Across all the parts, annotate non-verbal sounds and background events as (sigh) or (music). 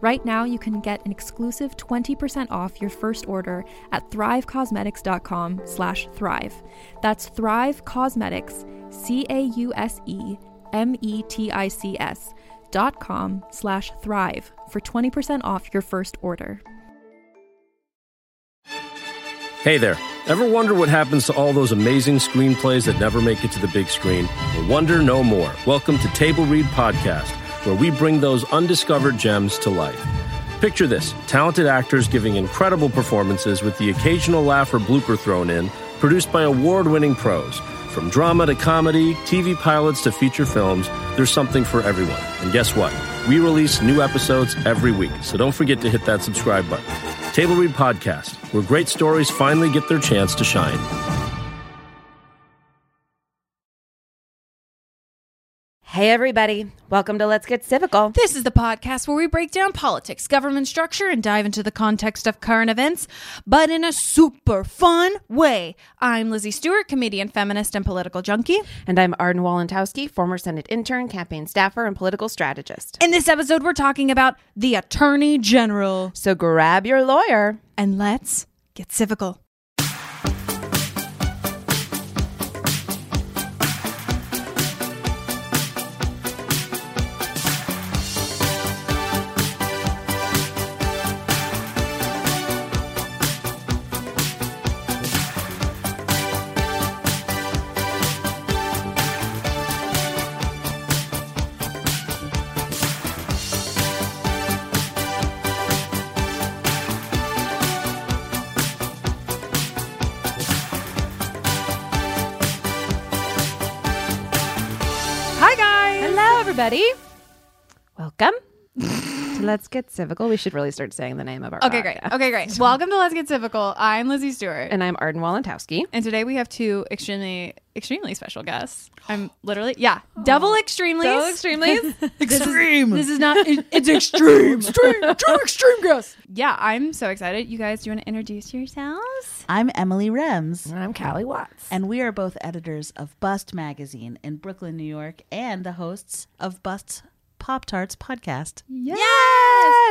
Right now, you can get an exclusive 20% off your first order at thrivecosmetics.com slash thrive. That's Thrive Cosmetics, E C-A-U-S-E-M-E-T-I-C-S dot com slash thrive for 20% off your first order. Hey there. Ever wonder what happens to all those amazing screenplays that never make it to the big screen? Well, wonder no more. Welcome to Table Read Podcast, where we bring those undiscovered gems to life. Picture this talented actors giving incredible performances with the occasional laugh or blooper thrown in, produced by award winning pros. From drama to comedy, TV pilots to feature films, there's something for everyone. And guess what? We release new episodes every week, so don't forget to hit that subscribe button. Table Read Podcast, where great stories finally get their chance to shine. Hey, everybody. Welcome to Let's Get Civical. This is the podcast where we break down politics, government structure, and dive into the context of current events, but in a super fun way. I'm Lizzie Stewart, comedian, feminist, and political junkie. And I'm Arden Walentowski, former Senate intern, campaign staffer, and political strategist. In this episode, we're talking about the Attorney General. So grab your lawyer. And let's get civical. Hi, guys. Hello, everybody. (laughs) Welcome to Let's Get Civical. We should really start saying the name of our Okay, great. podcast. Okay, great. Welcome to Let's Get Civical. I'm Lizzie Stewart. And I'm Arden Walentowski. And today we have two extremely, extremely special guests. (gasps) I'm literally, yeah, double extremely, Double (laughs) extremelies? extreme. This is, not. it- (laughs) it's extreme, extreme, two extreme guests. Yeah, I'm so excited. You guys, do you want to introduce yourselves? I'm Emily Rems, And I'm Callie Watts. and we are both editors of Bust Magazine in Brooklyn, New York, and the hosts of Bust's Pop Tarts podcast. Yes.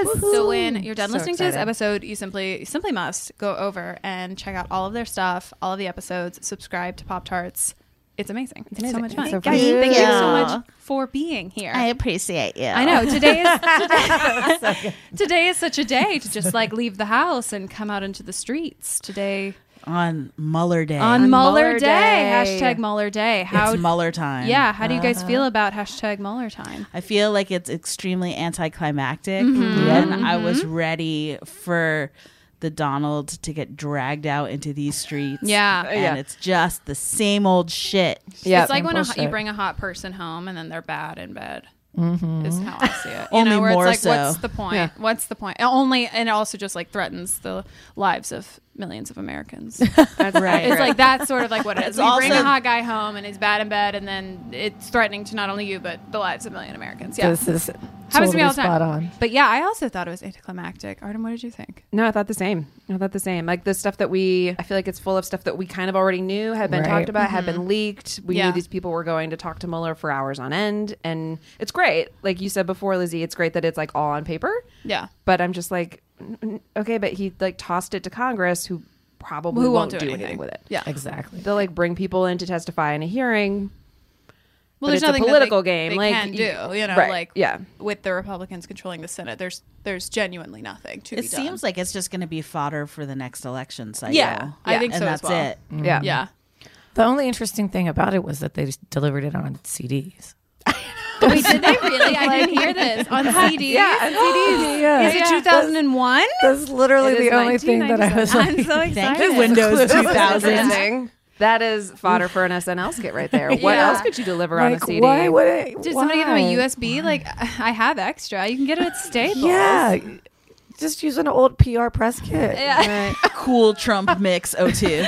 So Woohoo. when you're done So listening to this excited. episode, you simply, you simply must go over and check out all of their stuff, all of the episodes. Subscribe to Pop Tarts. It's amazing. It's, so amazing. much It's fun. so Guys, fun. thank you so Yeah. much for being here. appreciate you. I (laughs) know today is today, today is such a day to just like leave the house and come out into the streets today On Muller Day. on, Muller, Mueller day. Day. hashtag Mueller Day. How it's Muller time. yeah? How do you guys feel about hashtag Mueller time? I feel like it's extremely anticlimactic. Mm-hmm. And I was ready for the Donald to get dragged out into these streets. Yeah. And Yeah. it's just the same old shit. Yeah, it's like when a, hot- you bullshit. bring a hot person home and then they're bad in bed. Is how I see it. You Only know, where more it's like, what's so. the point? Yeah. What's the point? Only, and it also just like threatens the lives of millions of Americans. That's right. It's like that's sort of like what it is. It's You bring a also- hot guy home and he's bad in bed, and then it's threatening to not only you but the lives of a million Americans. Yeah, This is happens to totally me all the time. spot on. But yeah, I also thought it was anticlimactic. Arden, what did you think? No, I thought the same. I thought the same. Like the stuff that we, I feel like it's full of stuff that we kind of already knew had been Right. talked about, had been leaked. We Yeah. knew these people were going to talk to Mueller for hours on end, and it's great. Like you said before, Lizzie, it's great that it's like all on paper. Yeah, But I'm just like, n- n- okay, but he like tossed it to Congress, who probably Who won't, do, anything. with it. Yeah. Exactly. They'll like bring people in to testify in a hearing. Well, But it's there's a nothing that political they- game, They like, can do, you know, right, like yeah. with the Republicans controlling the Senate, there's there's genuinely nothing to It be seems like it's just going to be fodder for the next election cycle. Yeah, I think and so as that's well. it. Mm. Yeah. done. Yeah. The only interesting thing about it was that they just delivered it on CDs. Wait, did they really? I didn't hear (laughs) this on CD. Yeah, and (gasps) CDs. yeah. Is it 2001? That's literally It is the only thing that I was like, I'm so excited. you, (laughs) Windows That's 2000. interesting. That is fodder for an SNL skit right there. What Yeah. else could you deliver on a like CD? why would it? Did somebody give him a why? USB? Like, (laughs) I have extra. You can get it at Staples. Yeah, just use an old PR press kit. (laughs) (laughs) Cool Trump mix 02. and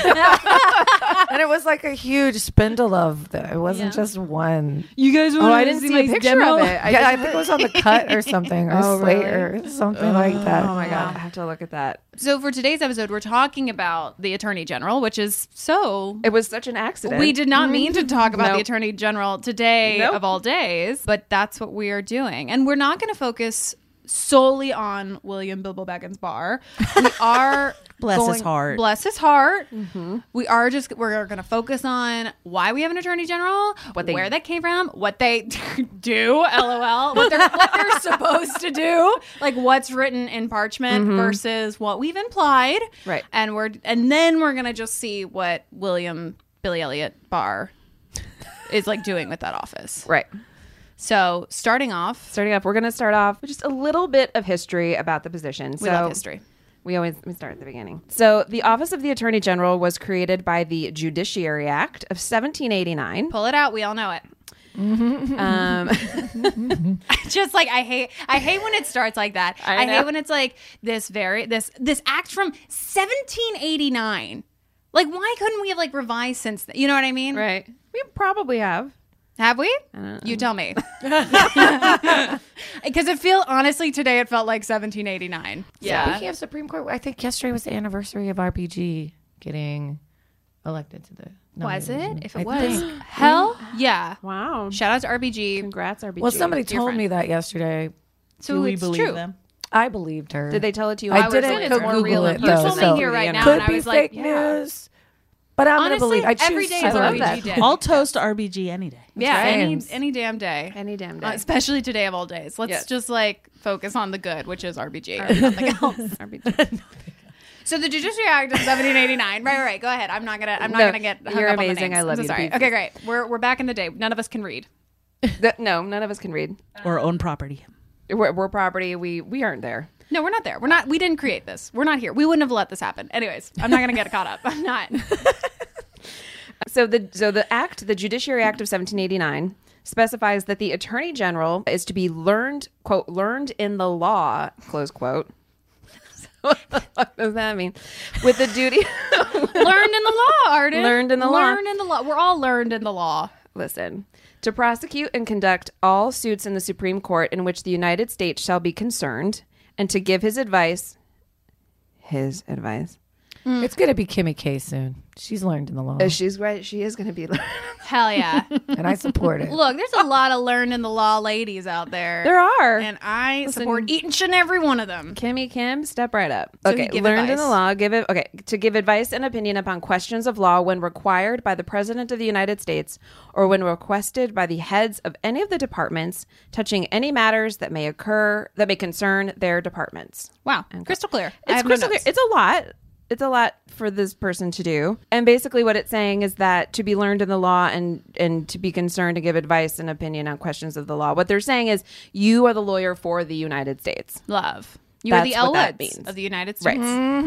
it was like a huge spindle of the. It wasn't just one. (laughs) You guys want Oh, I didn't see my picture of it. I, yeah, I just- think it was on the cut or something, or Oh, Slate really? or something like that. oh my god, I have to look at that. So for today's episode, we're talking about the Attorney General, which is so. It was such an accident. Mm-hmm. We did not mean to talk about the Nope. Attorney General today Nope. of all days, but that's what we are doing. And we're not going to focus solely on William Bilbo Baggins Barr. (laughs) We are (laughs) Bless his going- heart. Bless his heart. Mm-hmm. We are just we're going to focus on why we have an Attorney General, What they- where that came from, what they (laughs) (laughs) do, lol, what they're, what they're supposed to do, like what's written in parchment versus what we've implied. Mm-hmm. Right. And we're and then we're going to just see what William Billy Elliot Barr is like doing with that office. Right. So, starting off, Starting off, we're going to start off with just a little bit of history about the position. we love history. We always we start at the beginning. So, the Office of the Attorney General was created by the Judiciary Act of 1789. Pull it out, we all know it. Um, (laughs) just like I hate I hate when it starts like that. I, I know. hate when it's like this very this this act from 1789. Like why couldn't we have like revised since then? You know what I mean? right. (laughs) We probably have. Have we? You tell (laughs) me. (laughs) Cuz it feel honestly today it felt like 1789. Speaking of Supreme Court, I think yesterday was the anniversary of RBG getting elected to the. Was it? If it I was, think. hell yeah. Wow. Shout out to RBG. Congrats, RBG. Well, somebody Dear told friend. me that yesterday. So Do we it's believe true. them? I believed her. Did they tell it to you? I was didn't like, go more Google real it, in though, person. so- You told me here right now, Could and I be was like, fake yeah. news, but I'm Honestly, gonna believe. I choose. every day I is love RBG that. day. I'll toast RBG any day. Yeah, any James. any damn day. Any damn day. Uh, especially today of all days. Let's Yes. just like focus on the good, which is RBG, (laughs) and nothing else. RBG. So the Judiciary Act of 1789. Right, right, right. Go ahead. I'm not gonna. I'm not No, gonna get. Hung you're up On the amazing. names. I love I'm so you to Sorry. pieces. Okay, great. We're we're back in the day. None of us can read. Th- no, none of us can read. Or own property. We're, we're property. We we aren't there. No, we're not there. We're not. We didn't create this. We're not here. We wouldn't have let this happen. Anyways, I'm not gonna get caught up. (laughs) I'm not. So the so the act, the Judiciary Act of 1789 specifies that the Attorney General is to be learned quote learned in the law close quote. (laughs) So what does that mean? With the duty (laughs) learned in the law, Arden. Learned in the law. Learned in the law. We're all learned in the law. listen to prosecute and conduct all suits in the Supreme Court in which the United States shall be concerned, and to give his advice. His advice. It's gonna be Kimmy K soon. She's learned in the law, Uh, She's right. She is going to be. (laughs) Hell yeah. and I support it. (laughs) Look, there's a lot of learned in the law ladies out there. there are. and I support each and every one of them. Kimmy Kim, step right up. So okay, give learned in advice. the law. Give it. Okay, to give advice and opinion upon questions of law when required by the President of the United States or when requested by the heads of any of the departments touching any matters that may occur that may concern their departments. Wow, crystal clear. I It's have no crystal clear. notes. It's a lot. It's a lot for this person to do. And basically, what it's saying is that to be learned in the law and and to be concerned to give advice and opinion on questions of the law. What they're saying is you are the lawyer for the United States. Love. You are That's the what that Elwoods means. of the United States. Right.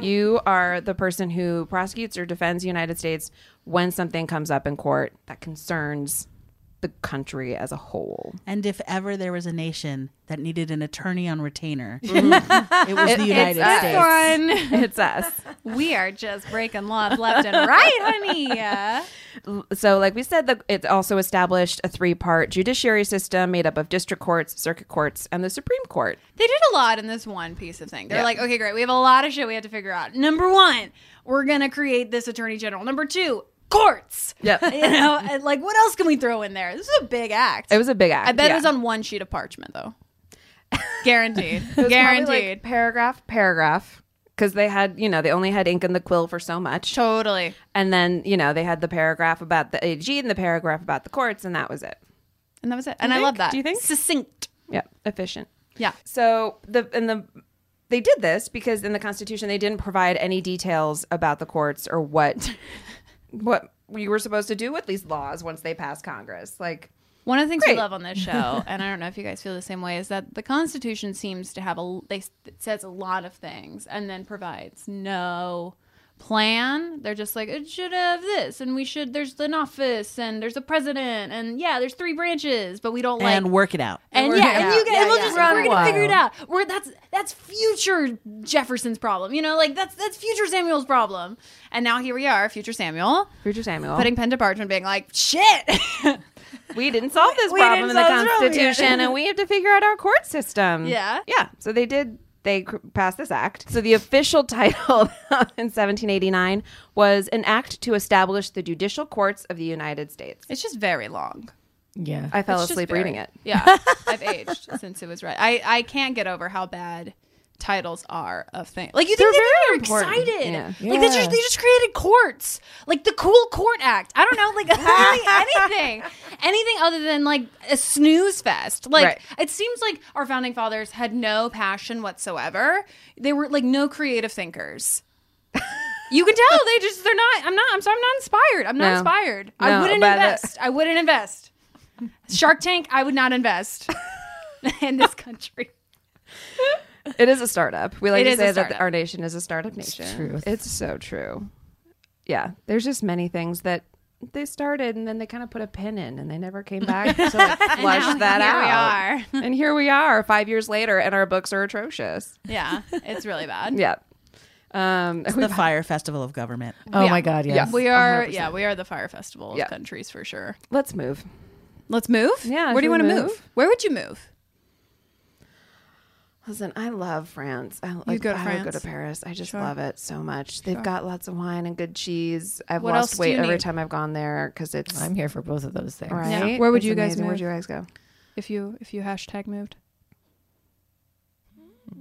You are the person who prosecutes or defends the United States when something comes up in court that concerns the country as a whole. And if ever there was a nation that needed an attorney (laughs) on retainer, it was the United States. Fun. (laughs) It's us. (laughs) we are just breaking laws left and right, (laughs) honey. Uh, so, like we said, the, it also established a three part judiciary system made up of district courts, circuit courts, and the Supreme Court. They did a lot in this one piece of thing. They're Yeah. like, okay, great. We have a lot of shit we have to figure out. Number one, we're going to create this attorney general. Number two, courts. Yep. (laughs) You know, and, like, what else can we throw in there? This is a big act. It was a big act. I bet yeah. it was on one sheet of parchment, though. (laughs) It Guaranteed. was probably, like, Guaranteed. paragraph, paragraph. Because they had, you know, they only had ink in the quill for so much. Totally. And then, you know, they had the paragraph about the AG and the paragraph about the courts, and that was it. And that was it. And I love that. Do you think? Succinct. Yeah, efficient. Yeah. So the and the they did this because in the Constitution they didn't provide any details about the courts or what (laughs) what we were supposed to do with these laws once they passed Congress. Like One of the things Great. we (laughs) love on this show, and I don't know if you guys feel the same way, is that the Constitution seems to have a they it says a lot of things and then provides no plan. They're just like it should have this, and we should. There's an office, and there's a president, and yeah, there's three branches, but we don't like and work it out. and We're yeah, gonna- and you guys, yeah, we'll yeah. just Run we're gonna wild. figure it out. We're that's that's future Jefferson's problem, you know, like that's that's future Samuel's problem. And now here we are, future Samuel, Future Samuel, putting pen to parchment, being like, shit. (laughs) we didn't solve this didn't problem in the solve this problem yet. Constitution, and we have to figure out our court system. Yeah. yeah. So they did. They cr- passed this act. So the official (laughs) title in 1789 was an act to establish the judicial courts of the United States. it's just very long. Yeah. I fell It's just asleep very- reading it. Yeah, I've aged (laughs) since it was read. I I can't get over how bad titles are of things. Like you think They're they very were important. excited? Yeah. Like they just they just created courts, like the Cool Court Act. I don't know, like (laughs) literally anything, anything other than like a snooze fest. Like Right. it seems like our founding fathers had no passion whatsoever. They were like no creative thinkers. You can tell they just they're not. I'm not. I'm sorry. I'm not inspired. I'm not No. inspired. I No, wouldn't but the- invest. I wouldn't invest. Shark Tank. I would not invest (laughs) in this country. It is a startup. We like It to is a say that startup. our nation is a startup nation. It's, truth. so true. Yeah, there's just many things that they started and then they kind of put a pin in and they never came back to like, (laughs) flush that out. Here we are. And here we are, five years later, and our books are atrocious. Yeah, it's really bad. Yeah. Um, the fire festival of government. Oh Yeah. my God. Yes. We are. Yeah, we are the fire festival of Yeah. countries for sure. let's move. Let's move. Yeah, Where do should you we want to move? move? Where would you move? Listen, I love France. I like, go to I would go to France? Paris. I just love it so much. They've got lots of wine and good cheese. I've What else lost do weight you every need? time I've gone there because it's I'm here for both of those things. right. Yeah. Where would It's you guys amazing. Where'd move? you guys go? If you if you hashtag moved.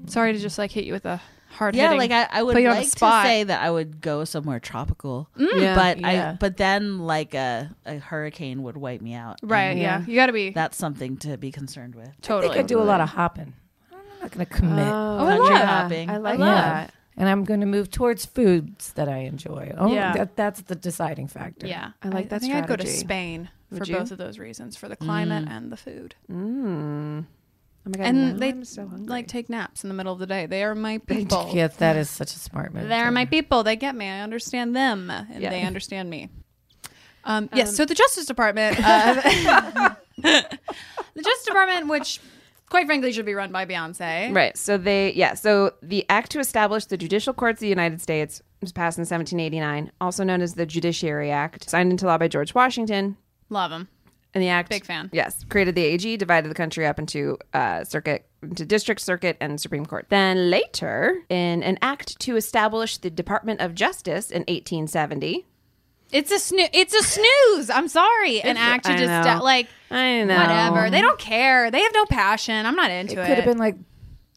Sorry to just like hit you with a hard. Yeah, like I, I would put you on the like to spot. say that I would go somewhere tropical, Mm, Yeah. but Yeah. I but then like a, a hurricane would wipe me out. right. Yeah, Yeah. you got to be That's something to be concerned with. I think totally. I do a lot of hopping. I'm not going to commit. Oh, I Country love- hopping. I like love- that. And I'm going to move towards foods that I enjoy. Oh, Yeah. that, that's the deciding factor. Yeah, I like that think I'd go to strategy. Spain for Would you? both of those reasons, for the climate and the food. Mm. Oh my god! and now they I'm so hungry. like take naps in the middle of the day. They are my people. Yeah, that is such a smart move. They are my people. They get me. I understand them, and Yeah. (laughs) they understand me. Um, yes. So the Justice Department, (laughs) uh, the Justice Department, which quite frankly should be run by Beyonce, right. So they yeah. So the act to establish the judicial courts of the United States was passed in 1789, also known as the Judiciary Act, signed into law by George Washington. Love them. And the act, Big fan. Yes, created the AG, divided the country up into uh, circuit, into district, circuit, and Supreme Court. Then later, in an act to establish the Department of Justice in 1870. It's a snoo- It's a snooze. I'm sorry. An It's- act to I just know. uh, like I know. whatever. They don't care. They have no passion. I'm not into It it. could have been like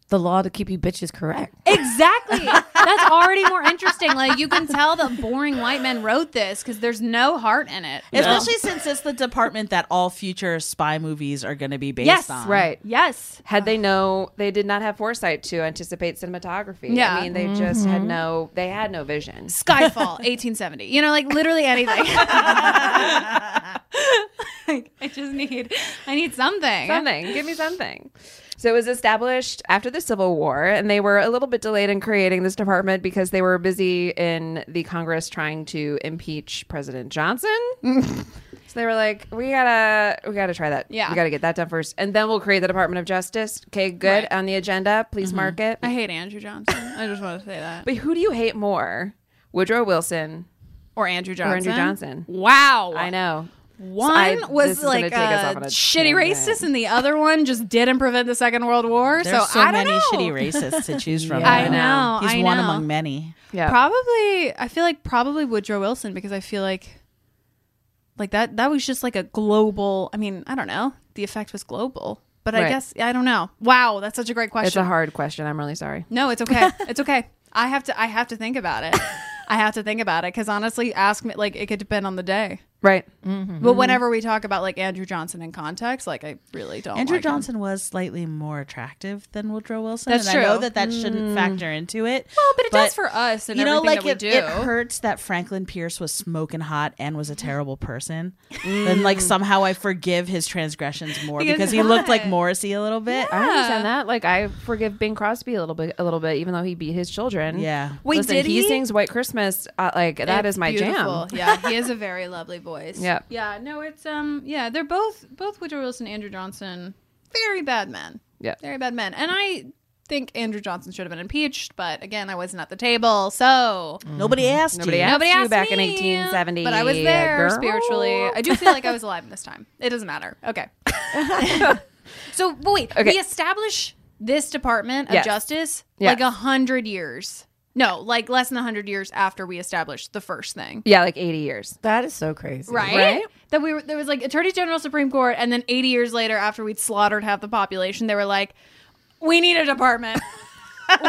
the law to keep you bitches correct. Exactly. That's already more interesting. Like you can tell that boring white men wrote this because there's no heart in it. Especially since it's the department that all future spy movies are going to be based Yes, on. Right. Yes. had they know they did not have foresight to anticipate cinematography. Yeah. Mm-hmm. I mean they just had no they had no vision. Skyfall, (laughs) 1870. You know, like literally anything. Like, I just need, I need something. Something. Give me something. So it was established after the Civil War and they were a little bit delayed in creating this department because they were busy in the Congress trying to impeach President (laughs) Johnson. so they were like, We gotta we gotta try that. Yeah. We gotta get that done first. And then we'll create the Department of Justice. Okay, good. Right. Mm-hmm. On the agenda. Please mark it. I hate Andrew Johnson. I just want to say that. But who do you hate more? Woodrow Wilson Or Andrew or Johnson. Andrew Johnson? Wow. I know. One I- this was is gonna like take us a off on a shitty tangent. racist, and the other one just didn't prevent the Second World War. There's so, so I don't many know. shitty racists (laughs) to choose from. Yeah. I know, He's I one know. among many. Yeah. Probably, I feel like probably Woodrow Wilson because I feel like, like that that was just like a global. I mean, I don't know. The effect was global. But I Right. guess I don't know. Wow, that's such a great question. It's a hard question. I'm really sorry. No, it's (laughs) okay. it's okay. I have to. I have to think about it. I have to think about it because honestly, ask me like it could depend on the day. Right. But whenever we talk about like Andrew Johnson in context, like I really Oh don't. Andrew like him. Johnson was slightly more attractive than Woodrow Wilson. That's and I know true. that that Mm. shouldn't factor into it. Well, but it does for us and you know, everything like that we it, do. Mm. it hurts that Franklin Pierce was smoking hot and was a terrible person. Then, Mm. like somehow I forgive his transgressions more Because because, he looked like what? Morrissey a little bit. I Uh, understand that. Like I forgive Bing Crosby a little bit, a little bit, even though he beat his children. Yeah. Wait, Listen, did he? sings White Christmas. Uh, like that It's is my beautiful. (laughs) jam. yeah, he has a very lovely voice. Yep. Yeah. No, it's um. Yeah, they're both both Woodrow Wilson and Andrew Johnson, very bad men. Yeah. Very bad men. And I think Andrew Johnson should have been impeached, but again, I wasn't at the table, so Nobody asked Mm-hmm. Nobody you. asked nobody you asked back in me, 1870. But I was there girl. spiritually. I do feel like I was alive this time. It doesn't matter. (laughs) Okay. (laughs) so but wait, Okay. we establish this Department of Yes. Justice Yes. like a hundred years. No, like less than a hundred years after we established the first thing. Yeah, like 80 years. That is so crazy. Right? Right? That we were there was like Attorney General, Supreme Court, and then 80 years later, after we'd slaughtered half the population, they were like, "We need a (laughs) department.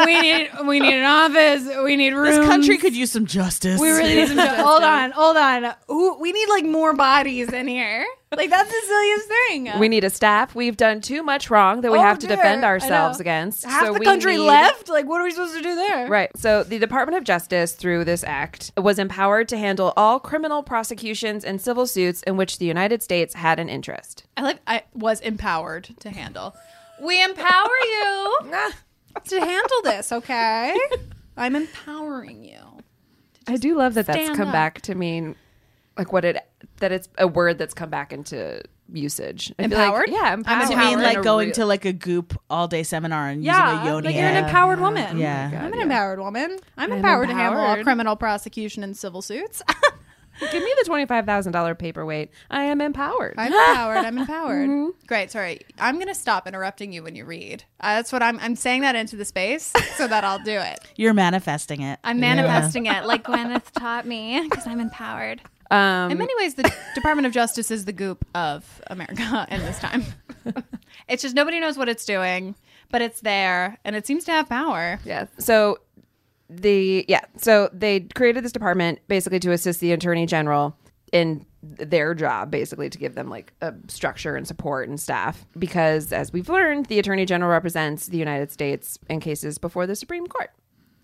we need we need an office. We need rooms. This country could use some justice. We really need some. ju- hold on, hold on. Ooh, we need like more bodies in here. Like that's the silliest thing. We need a staff. We've done too much wrong that we Uh, Oh, have to dear. defend I ourselves know. against. half So the we country need- left. Like what are we supposed to do there? Right. So the Department of Justice, through this act, was empowered to handle all criminal prosecutions and civil suits in which the United States had an interest. I like. I was empowered to handle. We empower (laughs) you to handle this. (laughs) Okay, I'm empowering you. I do love that that's stand come up. back to mean like what it that it's a word that's come back into usage. I feel like- Empowered? yeah, I'm empowered. You empowered. mean like In a going real- to like a goop all day seminar and Yeah, using a yoni like you're an app? empowered woman. Yeah. I'm an empowered woman. I'm, empowered, to handle all empowered. criminal prosecution and civil suits. (laughs) give me the twenty five thousand dollar paperweight. I am empowered. (laughs) I'm empowered. I'm empowered. Great. Sorry. I'm going to stop interrupting you when you read. Uh, that's what I'm I'm saying that into the space so that I'll do it. You're manifesting it. (laughs) I'm manifesting it like Gwyneth taught me because I'm empowered. um, In many ways, the Department of Justice is the goop of America (laughs) in this time. it's just nobody knows what it's doing, but it's there and it seems to have power. Yeah. So the yeah, so they created this department basically to assist the attorney general in their job basically to give them like a structure and support and staff because as we've learned the attorney general represents the United States in cases before the Supreme Court.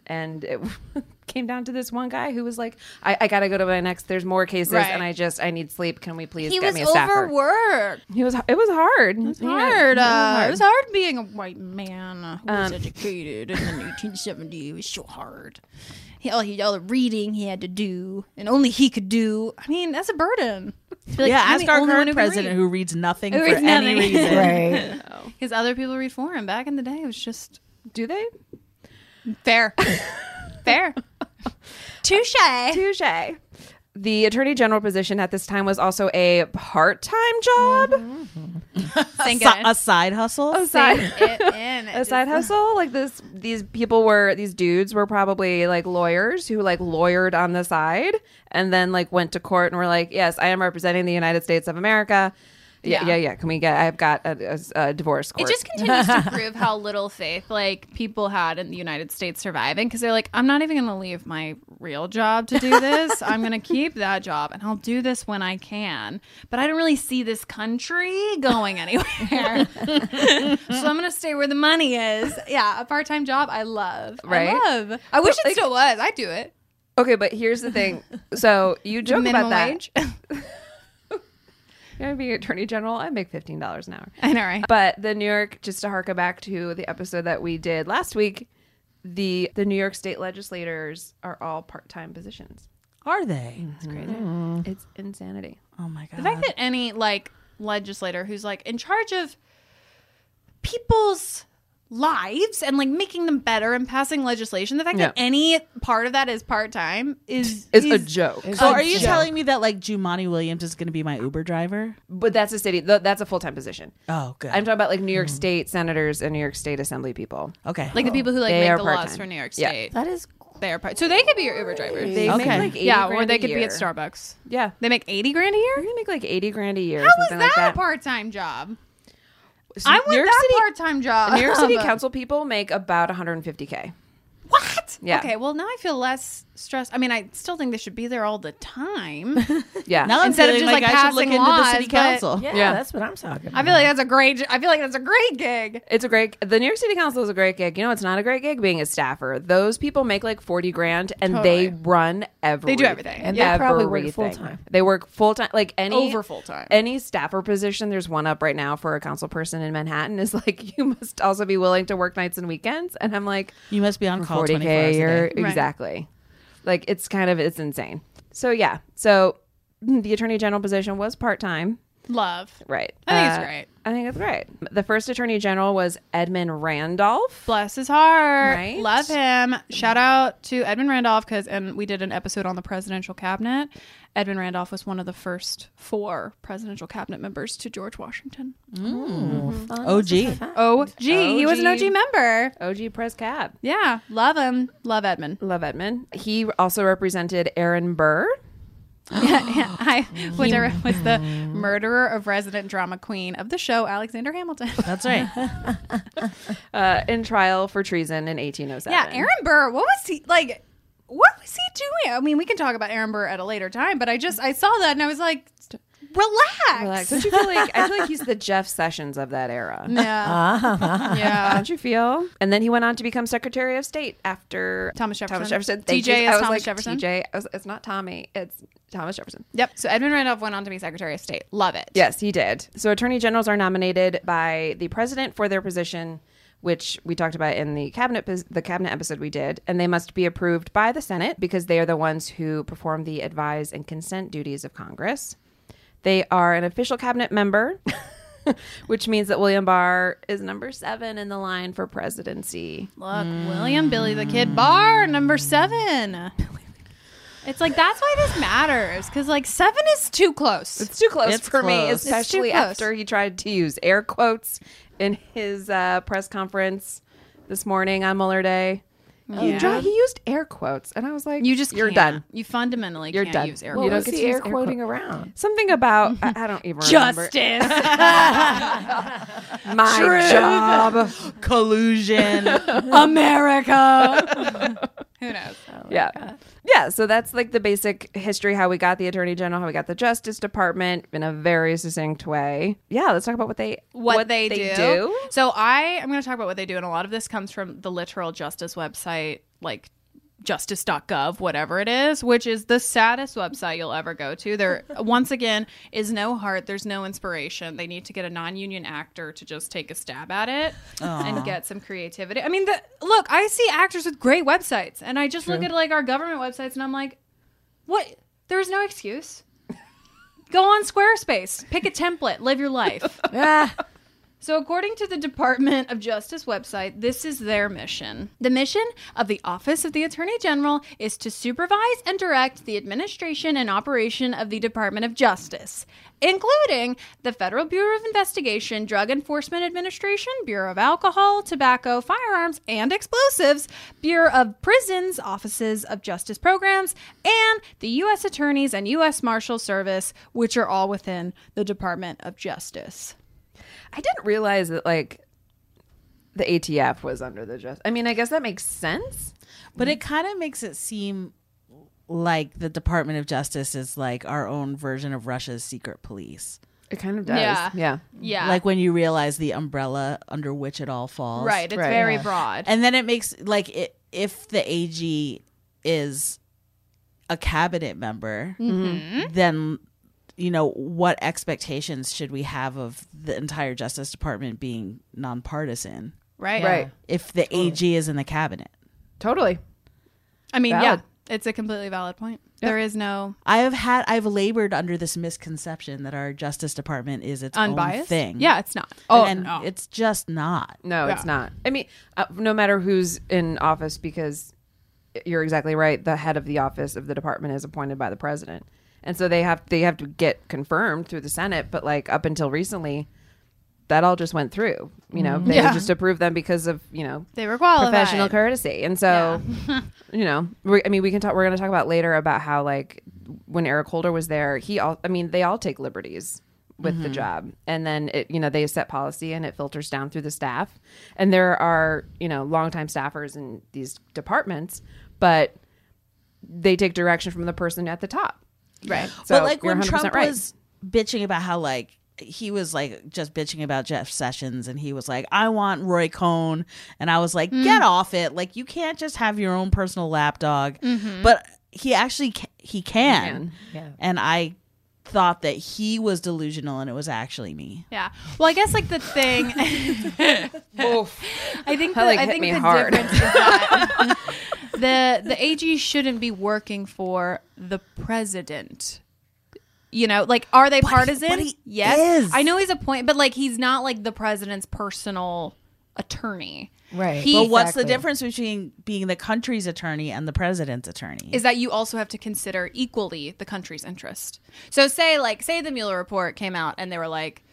And it (laughs) came down to this one guy who was like, I, I gotta go to my next. There's more cases, Right. and I just I need sleep. Can we please He get was me a staffer? overworked. He was. It was hard. It It's hard. Uh, it was hard being a white man who Um, was educated in the 1870s. It was so hard. He, all, he, all the reading he had to do, and only he could do. I mean, that's a burden. To be like, (laughs) yeah, "I'm ask the our only one current who can president read." who reads (laughs) nothing Who for reads any nothing. (laughs) reason. Right. (laughs) Because other people read for him. Back in the day, it was just Do they? fair. (laughs) (laughs) fair. Touche. Touche. The attorney general position at this time was also a part-time job, Mm-hmm. Thank Si- a goodness. side hustle. Oh, side, (laughs) It in. (laughs) It a side hustle. Like this, these people were these dudes were probably like lawyers who like lawyered on the side, and then like went to court and were like, "Yes, I am representing the United States of America." Yeah, Yeah. yeah, yeah. Can we get? I've got a, a, a divorce court. It just continues to prove (laughs) how little faith like people had in the United States surviving because they're like, I'm not even going to leave my real job to do (laughs) this. I'm going to keep that job and I'll do this when I can. But I don't really see this country going (laughs) anywhere, so I'm going to stay where the money is. Yeah, a part time job I love. Right? I love. I wish it like- still was. I do it. okay, but here's the (laughs) thing. So you joke about Minimum that. wage. (laughs) You're gonna be attorney general. I make fifteen dollars an hour. I know, right? But the New York, just to harken back to the episode that we did last week, the the New York state legislators are all part time positions. Are they? mm-hmm. It's crazy. It's insanity. Oh my god. The fact that any like legislator who's like in charge of people's lives and like making them better and passing legislation, the fact that Yeah. any part of that is part time is It's a is- joke. so are you telling me that like Jumani Williams is going to be my Uber driver? But that's a city. th- That's a full time position. Oh, good. I'm talking about like New Mm. York State senators and New York State Assembly people. okay. like the people who like They make are the laws part-time. for New York Yeah. State. That is They are part, so they could be your Uber drivers. They Okay. make like 80 yeah, or grand they a could be year. at Starbucks. Yeah, They make eighty grand a year. they make like eighty grand a year. or How is something that, like a part time job? I want New York that City- part-time job. (laughs) New York City council people make about 150k. What? Yeah. Okay. Well, now I feel less stressed. I mean, I still think they should be there all the (laughs) time. Yeah. Now Instead of I'm feeling just, like, like, I should look passing into the city laws, but- council. Yeah, Yeah. that's what I'm talking about. I feel like that's a great. I feel like that's a great gig. It's a great. The New York City Council is a great gig. You know, it's not a great gig being a staffer. Those people make like forty grand, and Totally. they run everything. everything. And they probably work Everything. full-time. They work full time. Like any Over full-time. Any staffer position. There's one up right now for a council person in Manhattan. Is like (laughs) you must also be willing to work nights and weekends. And I'm like You must be on call forty 24 k hours a a year. day. Right. Exactly. Like it's kind of it's insane. So yeah. So the attorney general position was part time. Love. Right. Uh, I think it's great. I think it's great. The first attorney general was Edmund Randolph. Bless his heart. Right? Love him. Shout out to Edmund Randolph because, and we did an episode on the presidential cabinet. Edmund Randolph was one of the first four presidential cabinet members to George Washington. Oh, gee. OG. He was an OG. OG member. OG Press Cab. Yeah. Love him. Love Edmund. Love Edmund. He also represented Aaron Burr. yeah, (laughs) I was, there- was the murderer of resident drama queen of the show, Alexander Hamilton. (laughs) That's right. Uh, in trial for treason in 1807. yeah, Aaron Burr. What was he like? What was he doing? I mean, we can talk about Aaron Burr at a later time, but I just I saw that and I was like, relax. Relax. Don't you feel like I feel like (laughs) he's the Jeff Sessions of that era. Yeah, (laughs) yeah. Don't you feel? And then he went on to become Secretary of State after Thomas Jefferson. Thomas Jefferson. Thank TJ you. is I was Thomas like, Jefferson. TJ. I was- it's not Tommy. It's Thomas Jefferson. (laughs) Yep. So Edmund Randolph went on to be Secretary of State. Love it. Yes, he did. So attorney generals are nominated by the president for their position, which we talked about in the cabinet pos- the cabinet episode we did, and they must be approved by the Senate because they are the ones who perform the advise and consent duties of Congress. They are an official cabinet member, (laughs) which means that William Barr is number 7 in the line for presidency. Look, William Billy the Kid Bar number seven. (laughs) It's like that's why this matters because like seven is too close. It's too close It's for me, close. It's too especially close. after he tried to use air quotes in his uh, press conference this morning on Mueller Day. He, Oh, Yeah. dri- he used air quotes, and I was like, You just you're can't. done. You fundamentally You're can't done. use air You you quotes. don't don't get to see use air air quoting around. Something about I, I don't (laughs) even Justice. (laughs) remember my job. Oh Collusion. America. Who knows? (laughs) (laughs) yeah, yeah. So that's like the basic history: how we got the Attorney General, how we got the Justice Department, in a very succinct way. Yeah, let's talk about what they What, they, do. So I am going to talk about what they do, and a lot of this comes from the literal justice website, like justice.gov, whatever it is, which is the saddest website you'll ever go to. (laughs) There, once again, is no heart. There's no inspiration. They need to get a non-union actor to just take a stab at it and get some creativity. I mean, the, look, I see actors with great websites, and I just look at like our government websites, and I'm like, what? There's no excuse. Go on Squarespace, pick a template, live your life. (laughs) Ah, So, according to the Department of Justice website, this is their mission. The mission of the Office of the Attorney General is to supervise and direct the administration and operation of the Department of Justice, including the Federal Bureau of Investigation, Drug Enforcement Administration, Bureau of Alcohol, Tobacco, Firearms, and Explosives, Bureau of Prisons, Offices of Justice Programs, and the U.S. Attorneys and U.S. Marshal Service, which are all within the Department of Justice. I didn't realize that like the ATF was under the just. I mean, I guess that makes sense. But it kind of makes it seem like the Department of Justice is like our own version of Russia's secret police. It kind of does. Yeah. Yeah. Yeah. Like when you realize the umbrella under which it all falls. right. It's Right. very broad. And then it makes like it, if the AG is a cabinet member, Mm-hmm. then you know what expectations should we have of the entire Justice Department being nonpartisan right. Right. if the AG is in the cabinet? Totally. I mean, Valid. yeah, it's a completely valid point. There is no. I have had I've labored under this misconception that our Justice Department is its own Unbiased thing. Yeah, it's not. Oh, and it's just not. No, Yeah. it's not. I mean, uh, no matter who's in office, because you're exactly right. The head of the office of the department is appointed by the president, and so they have they have to get confirmed through the Senate. But like up until recently, that all just went through. You know, they Yeah. just approved them because of you know They were qualified. professional courtesy. And so, you know, we I mean, we can talk. We're going to talk about later about how like when Eric Holder was there, he all. I mean, they all take liberties with the job and then it you know they set policy and it filters down through the staff and there are you know longtime staffers in these departments but they take direction from the person at the top Right. so but like you're when 100% Trump right. (laughs) was bitching about how like he was like just bitching about Jeff Sessions and he was like, I want Roy Cohn. And I was like, get off it. Like you can't just have your own personal lapdog. But he actually ca- he can. Yeah. And I thought that he was delusional and it was actually me. Yeah. Well, I guess like the thing. I think the, That, like, I hit think me the hard. difference is that the the AG shouldn't be working for the president. You know, like are they partisan? but he yes. is. I know he's a point, but like he's not like the president's personal attorney. Right. He But what's the Exactly. difference between being the country's attorney and the president's attorney? is that you also have to consider equally the country's interest. So say like say the Mueller report came out and they were like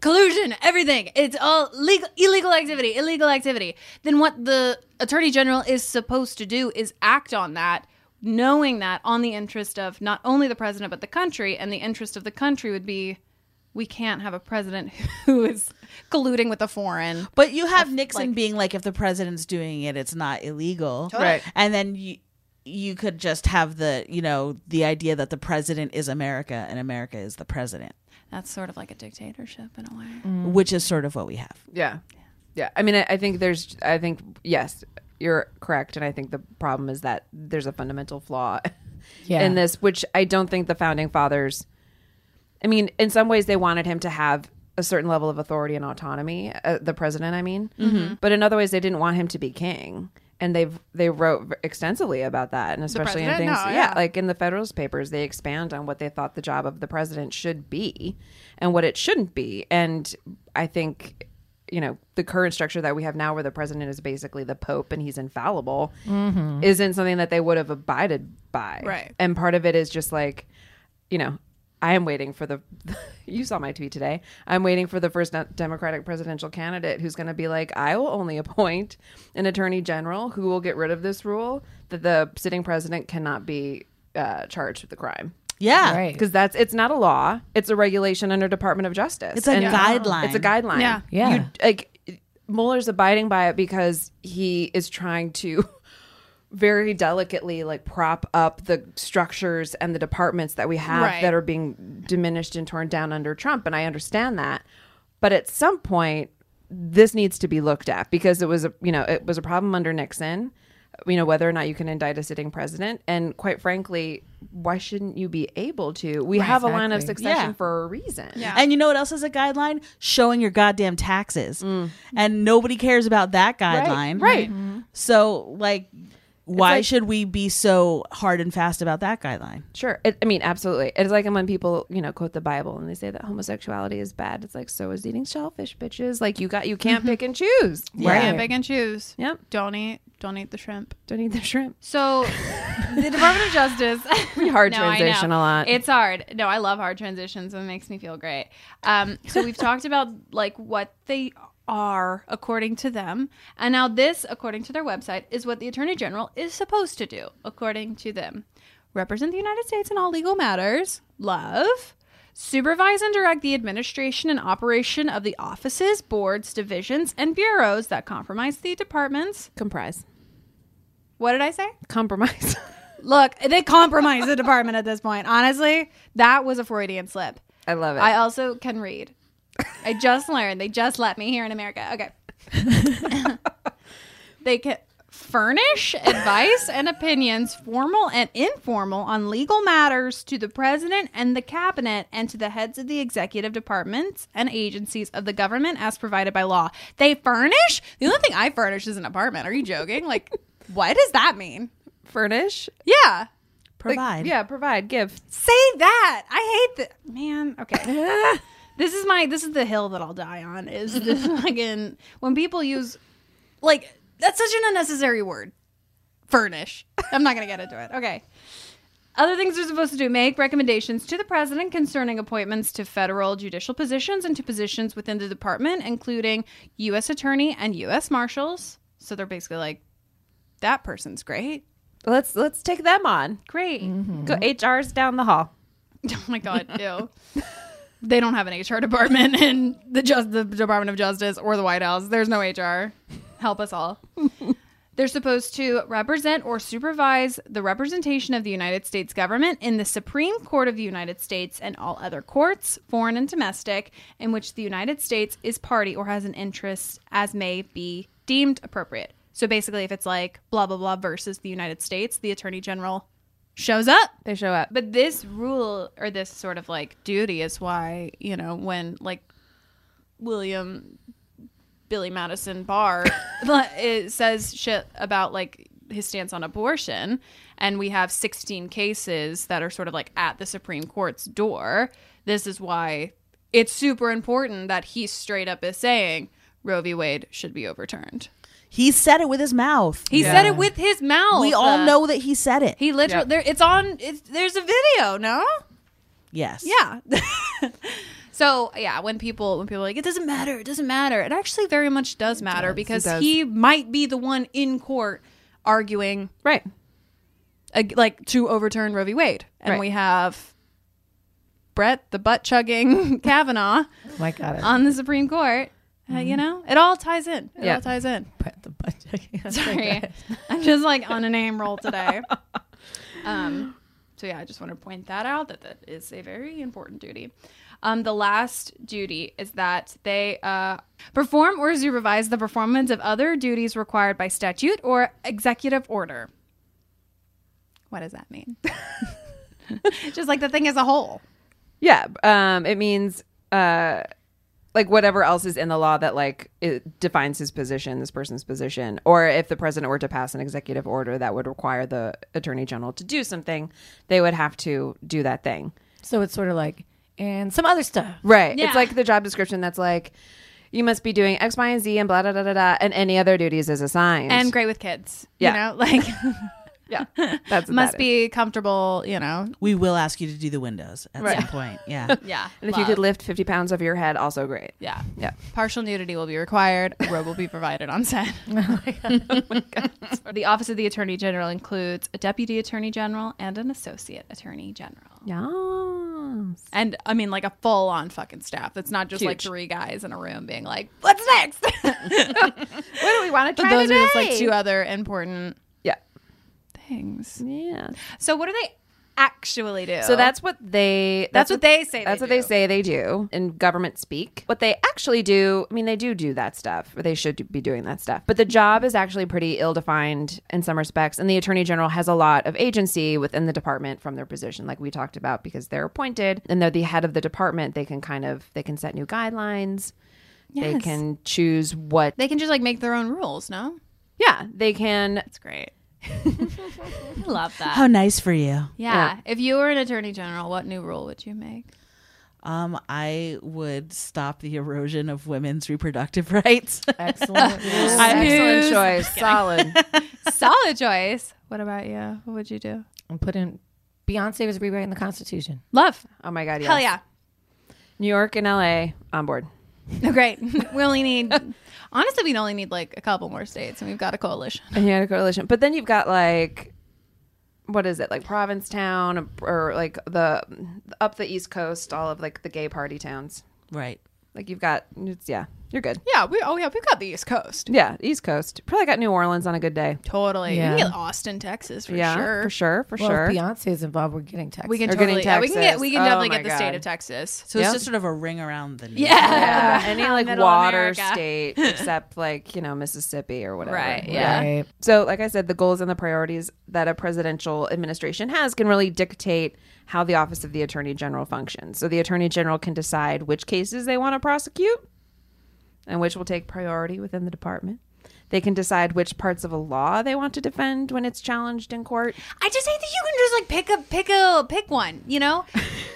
collusion, everything, it's all legal illegal activity, illegal activity. Then what the attorney general is supposed to do is act on that knowing that on the interest of not only the president but the country and the interest of the country would be we can't have a president (laughs) who is colluding with a foreign But you have Nixon being like, if the president's doing it, it's not illegal, Right. And then you you could just have the you know the idea that the president is America and America is the president, that's sort of like a dictatorship in a way. which is sort of what we have. Yeah. Yeah. I mean, I, I think there's, I think, yes, you're correct. And I think the problem is that there's a fundamental flaw (laughs) Yeah. in this, which I don't think the founding fathers, I mean, in some ways they wanted him to have a certain level of authority and autonomy, uh, the president, I mean. Mm-hmm. But in other ways, they didn't want him to be king. And they've they wrote extensively about that, and especially in things, president? No, yeah, yeah. like in the Federalist Papers, they expand on what they thought the job of the president should be and what it shouldn't be. And I think, you know, the current structure that we have now, where the president is basically the pope and he's infallible, isn't something that they would have abided by. Mm-hmm. Right. And part of it is just like, you know, I am waiting for the. (laughs) You saw my tweet today. I'm waiting for the first de- Democratic presidential candidate who's going to be like, I will only appoint an attorney general who will get rid of this rule that the sitting president cannot be uh, charged with the crime Yeah, Right. because that's it's not a law; it's a regulation under Department of Justice. It's a And guideline. It's a guideline. Yeah. Yeah. You, like Mueller's abiding by it because he is trying to (laughs) very delicately like prop up the structures and the departments that we have Right. that are being diminished and torn down under Trump and I understand that but at some point this needs to be looked at because it was a you know it was a problem under Nixon you know whether or not you can indict a sitting president and quite frankly why shouldn't you be able to we have a line of succession Yeah. for a reason yeah And you know what else is a guideline? Showing your goddamn taxes, and nobody cares about that guideline, Mm-hmm. right. So like, why like- should we be so hard and fast about that guideline? Sure. It, I mean, absolutely. It's like when people, you know, quote the Bible and they say that homosexuality is bad. It's like, so is eating shellfish, bitches. Like, you got, you can't pick and choose. Right. Mm-hmm. Right. Yeah, pick and choose. Yep. Don't eat. Don't eat the shrimp. Don't eat the shrimp. (laughs) So, the Department of Justice. Pretty hard (laughs) No, I know. transition a lot. It's hard. No, I love hard transitions. It makes me feel great. Um, (laughs) so we've talked about like what they are according to them, and now this, according to their website, is what the Attorney General is supposed to do according to them: represent the United States in all legal matters. Love. Supervise and direct the administration and operation of the offices, boards, divisions, and bureaus that compromise the departments. comprise. What did I say? Compromise. (laughs) Look, they compromised the department at this point. Honestly, that was a Freudian slip. I love it. I also can read. I just learned. They just let me here in America. Okay. (laughs) they can furnish advice and opinions, formal and informal, on legal matters to the president and the cabinet and to the heads of the executive departments and agencies of the government as provided by law. They furnish? The only thing I furnish is an apartment. Are you joking? Like, what does that mean? Furnish. Yeah. Like, Provide. yeah. Provide. Give. Say that. I hate that. Man, okay. this is my this is the hill that I'll die on is this fucking when people use like that's such an unnecessary word. Furnish. I'm not going to get into it. Okay. Other things they're supposed to do make recommendations to the president concerning appointments to federal judicial positions and to positions within the department, including U.S. attorney and U.S. marshals. So they're basically like, that person's great. Let's let's take them on. Mm-hmm. Great. (laughs) Go HR's down the hall. Oh my god, no. They don't have an HR department (laughs) in the just the Department of Justice or the White House. There's no HR. Help us all. They're supposed to represent or supervise the representation of the United States government in the Supreme Court of the United States and all other courts, foreign and domestic, in which the United States is party or has an interest as may be deemed appropriate. So basically, if it's like blah, blah, blah versus the United States, the Attorney General shows up. They show up. But this rule or this sort of like duty is why, you know, when like William Billy Madison Barr (laughs) like, it says shit about like his stance on abortion and we have 16 cases that are sort of like at the Supreme Court's door. This is why it's super important that he straight up is saying Roe v. Wade should be overturned. He said it with his mouth. He said it with his mouth. we all Uh, know that he said it. he literally there it's on it's, there's a video, no? yes. Yeah. (laughs) so yeah, when people when people are like, it doesn't matter, it doesn't matter. It actually very much does matter because does. he might be the one in court arguing Right. ag- like to overturn Roe v. Wade, and Right. we have Brett the butt chugging (laughs) Kavanaugh Oh My God, I on the Supreme Court. Uh, you know, it all ties in. It Mm-hmm. Yeah. all ties in. put the budget. (laughs) (laughs) Sorry, I'm just (laughs) like on a name roll (laughs) today. Um, so yeah, I just want to point that out that that is a very important duty. Um, the last duty is that they uh, perform or supervise the performance of other duties required by statute or executive order. What does that mean? (laughs) just like the thing as a whole. Yeah. Um, it means uh, like whatever else is in the law that like it defines his position, this person's position, or if the president were to pass an executive order that would require the attorney general to do something, they would have to do that thing. So it's sort of like, and some other (laughs) stuff. Right. Yeah. It's like the job description that's like you must be doing X, Y, and Z and blah da da da da and any other duties is assigned. And great with kids. Yeah. You (laughs) know, like yeah. That's what must that is. be comfortable, you know. We will ask you to do the windows at some point. Yeah. Yeah. And if you could lift fifty pounds off your head, also great. Yeah. Yeah. Partial nudity will be required. A robe will be provided on (laughs) set. Oh the office of the attorney general includes a deputy attorney general and an associate attorney general. Yes. And I mean, like a full on fucking staff. It's not just like Huge. three guys in a room being like, what's next? (laughs) What do we want to but try those are just like today? two other important Yeah. things. Yeah. So, what do they actually do? So that's what they. That's what they say they That's what they do. say they do in government speak. What they actually do, I mean, they do do that stuff. Or they should be doing that stuff. But the job is actually pretty ill-defined in some respects, and the attorney general has a lot of agency within the department from their position, like we talked about, because they're appointed and they're the head of the department. They can kind of they can set new guidelines. They Yes. can choose what. they can just like make their own rules, no? Yeah, they can. That's great. I love that. How nice for you. Yeah. If you were an attorney general, what new rule would you make? Um, I would stop the erosion of women's reproductive (laughs) rights. (laughs) Excellent. Excellent choice, solid. (laughs) Solid choice. What about you? What would you do? and put in Beyonce was rewriting the Constitution. Love. Oh my god, yes. Hell yeah. New York and L.A. on board. Oh, (laughs) great. we only need, honestly, we only need like a couple more states and we've got a coalition. and you had a coalition. But then you've got like, what is it like Provincetown or like the up the East Coast, all of like the gay party towns. right. Like you've got, it's, yeah, you're good. Yeah. We, oh, yeah. We've got the East Coast. Yeah, East Coast. Probably got New Orleans on a good day. Totally. Yeah. We can get Austin, Texas for yeah, sure. for sure, for Well, sure. if Beyonce is involved. We're getting Texas. We can Or getting totally, yeah, we can get, Texas. we can Oh definitely my get the God. state of Texas. So Yeah. it's just sort of a ring around the neck. yeah. yeah, (laughs) any like Middle water America. state except like you know Mississippi or whatever. Right, Yeah. yeah. Right. So, like I said, the goals and the priorities that a presidential administration has can really dictate how the office of the attorney general functions. So, the attorney general can decide which cases they want to prosecute and which will take priority within the department. They can decide which parts of a law they want to defend when it's challenged in court. I just hate that you can just like pick a, pick a, pick one, you know?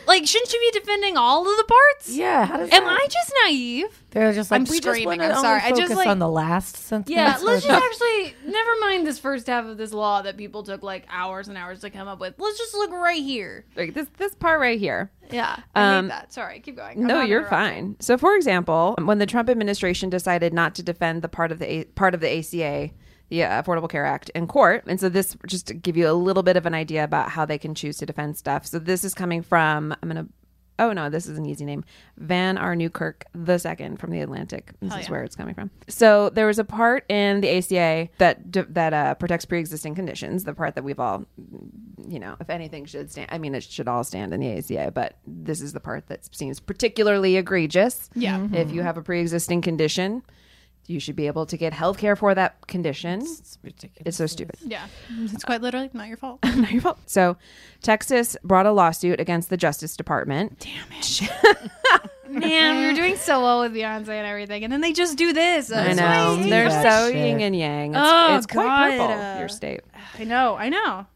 like, shouldn't you be defending all of the parts? Yeah. How does Am that- I just naive? They're just like I'm we screaming, Just wanna I'm only sorry. I just, focus like- on the last sentence. (laughs) Yeah, or let's the- just actually never mind this first half of this law that people took like hours and hours to come up with. Let's just look right here. Like this, this part right here. Yeah, I Um, hate that. Sorry, keep going. I'm No, not you're interrupting. fine. So, for example, when the Trump administration decided not to defend the part of the A- part of the ACA, the uh, Affordable Care Act, in court, and so this just to give you a little bit of an idea about how they can choose to defend stuff. So, this is coming from I'm going to oh no, this is an easy name. Van R. Newkirk the second from the Atlantic. This is where it's coming from. So there was a part in the ACA that d- that uh, protects pre-existing conditions. The part that we've all, you know, if anything should stand. I mean, it should all stand in the ACA, but this is the part that seems particularly egregious. Yeah. Mhm. if you have a pre-existing condition, you should be able to get health care for that condition. It's ridiculous. It's so stupid. (laughs) Yeah. It's quite literally not your (laughs) fault. Not your fault. So, Texas brought a lawsuit against the Justice Department. Damn it. Man, we Mm-hmm. were doing so well with Beyonce and everything, and then they just do this. I That's why know. hate They're it. so yin and yang. It's, Oh, it's quite God. purple, your state. I know. I know.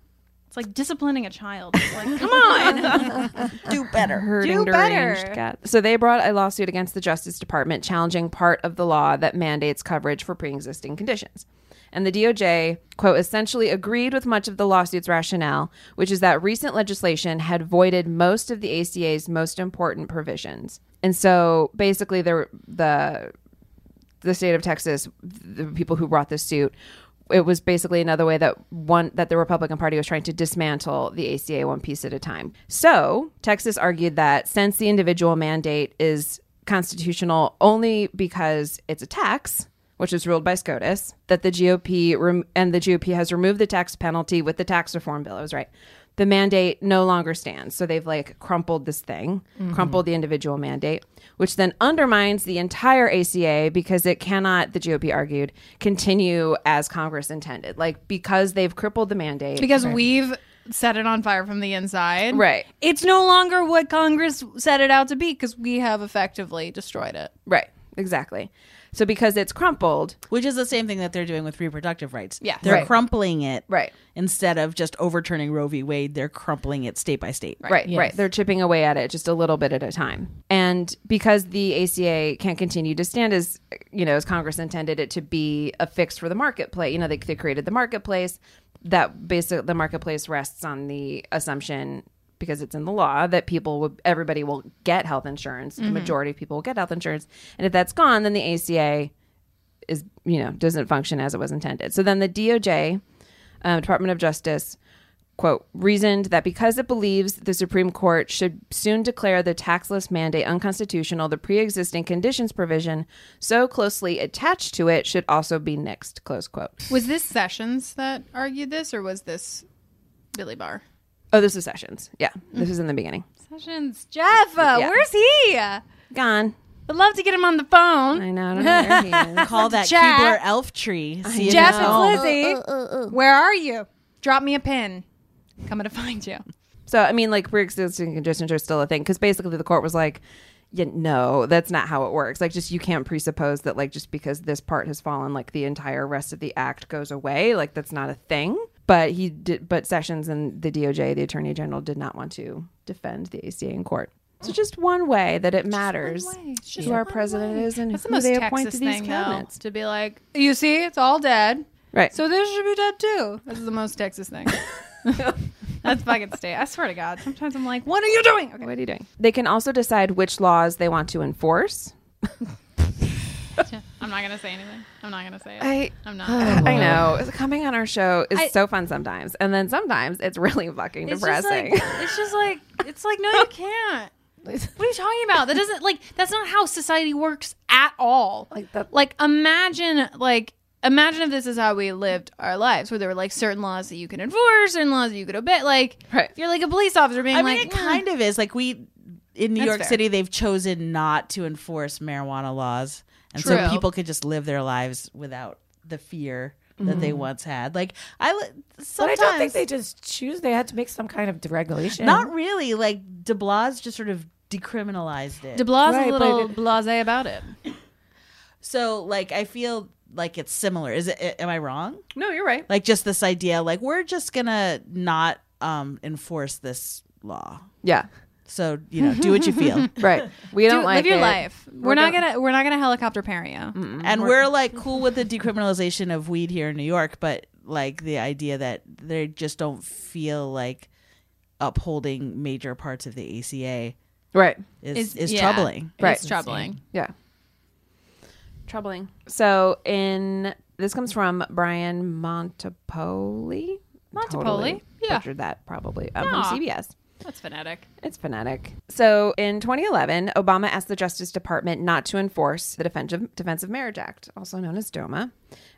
It's like disciplining a child. (laughs) It's like, come on. (laughs) Do better. Herding Do deranged better. cats. So they brought a lawsuit against the Justice Department challenging part of the law that mandates coverage for pre-existing conditions. And the DOJ, quote, essentially agreed with much of the lawsuit's rationale, which is that recent legislation had voided most of the ACA's most important provisions. And so basically there the the state of Texas, the people who brought this suit, it was basically another way that one that the Republican Party was trying to dismantle the ACA one piece at a time. So Texas argued that since the individual mandate is constitutional only because it's a tax, which is ruled by SCOTUS, that the GOP rem- and the GOP has removed the tax penalty with the tax reform bill. I was right. The mandate no longer stands. So they've like crumpled this thing, crumpled the individual mandate, which then undermines the entire ACA because it cannot, the GOP argued, continue as Congress intended. Like because they've crippled the mandate. because we've set it on fire from the inside. Right. It's no longer what Congress set it out to be because we have effectively destroyed it. right. Exactly. So because it's crumpled, Which is the same thing that they're doing with reproductive rights. Yes. They're Right. crumpling it. Right. Instead of just overturning Roe v. Wade, they're crumpling it state by state. Right, right. They're chipping away at it just a little bit at a time. And because the ACA can't continue to stand as, you know, as Congress intended it to be a fix for the marketplace, you know, they, they created the marketplace that basically the marketplace rests on the assumption because it's in the law that people would everybody will get health insurance the majority of people will get health insurance and if that's gone then the aca is you know doesn't function as it was intended. So then the DOJ, uh, Department of Justice, quote reasoned that because it believes the Supreme Court should soon declare the taxless mandate unconstitutional, the pre-existing conditions provision so closely attached to it should also be nixed. Close quote. Was this Sessions that argued this, or was this Billy Barr? Oh, this is Sessions. Yeah, this is in the beginning. Sessions. Jeff, uh, Yeah. where's he? Gone. I'd love to get him on the phone. I know. I don't know where he is. Call that Jack. Keebler elf tree. See if Jeff it's and all- Lizzie, Uh, where are you? Drop me a pin. Coming to find you. So I mean, like pre-existing conditions are still a thing because basically the court was like, yeah, no, that's not how it works. Like, just you can't presuppose that like just because this part has fallen, like the entire rest of the act goes away. Like that's not a thing. But he did. But Sessions and the DOJ, the Attorney General, did not want to defend the ACA in court. So just one way that it matters who our president is and That's the who most they appoint Texas to these thing, though, cabinets. to be like, you see, it's all dead. Right. So this should be dead too. This is the most (laughs) Texas thing. That's fucking state. I swear to God. Sometimes I'm like, what are you doing? Okay, What are you doing? They can also decide which laws they want to enforce. I'm not gonna say anything. I'm not gonna say it. I I'm not. I know. Coming on our show is Oh, I- so fun sometimes. And then sometimes it's (laughs) really fucking It's just depressing. like (laughs) it's just like it's like no, you can't. What are you talking about? That doesn't like that's not how society works at all. Like that- like imagine like imagine if this is how we lived our lives, where there were like certain laws that you can enforce, certain laws that you could obey. Like Right. you're like a police officer being I mean, like it "Mm, kind of is. Like we in New That's York fair. City, they've chosen not to enforce marijuana laws, and True. so people could just live their lives without the fear that they once had. Like I li- But I sometimes don't think they just choose. They had to make some kind of regulation. not really. Like De Blas just sort of decriminalized it. De Bla's Right, a but little it- blasé about it. so like I feel like it's similar. Is it? Am I wrong? no, you're right. Like just this idea. Like we're just gonna not um enforce this law. Yeah. So you know, do what you feel. (laughs) Right. We don't Do- like live your it. life. We're, not gonna we're not gonna helicopter parent you. and we're like cool with the decriminalization of weed here in New York, but like the idea that they just don't feel like upholding major parts of the ACA Right. is is, yeah. troubling. Right. (laughs) It's troubling. Yeah. Troubling. So in this comes from Brian Montepoli. Montepoli? Totally Yeah. Butchered that probably. Um, Aw. From CBS. That's phonetic. It's phonetic. So in 2011, Obama asked the Justice Department not to enforce the Defense of, Defense of Marriage Act, also known as DOMA,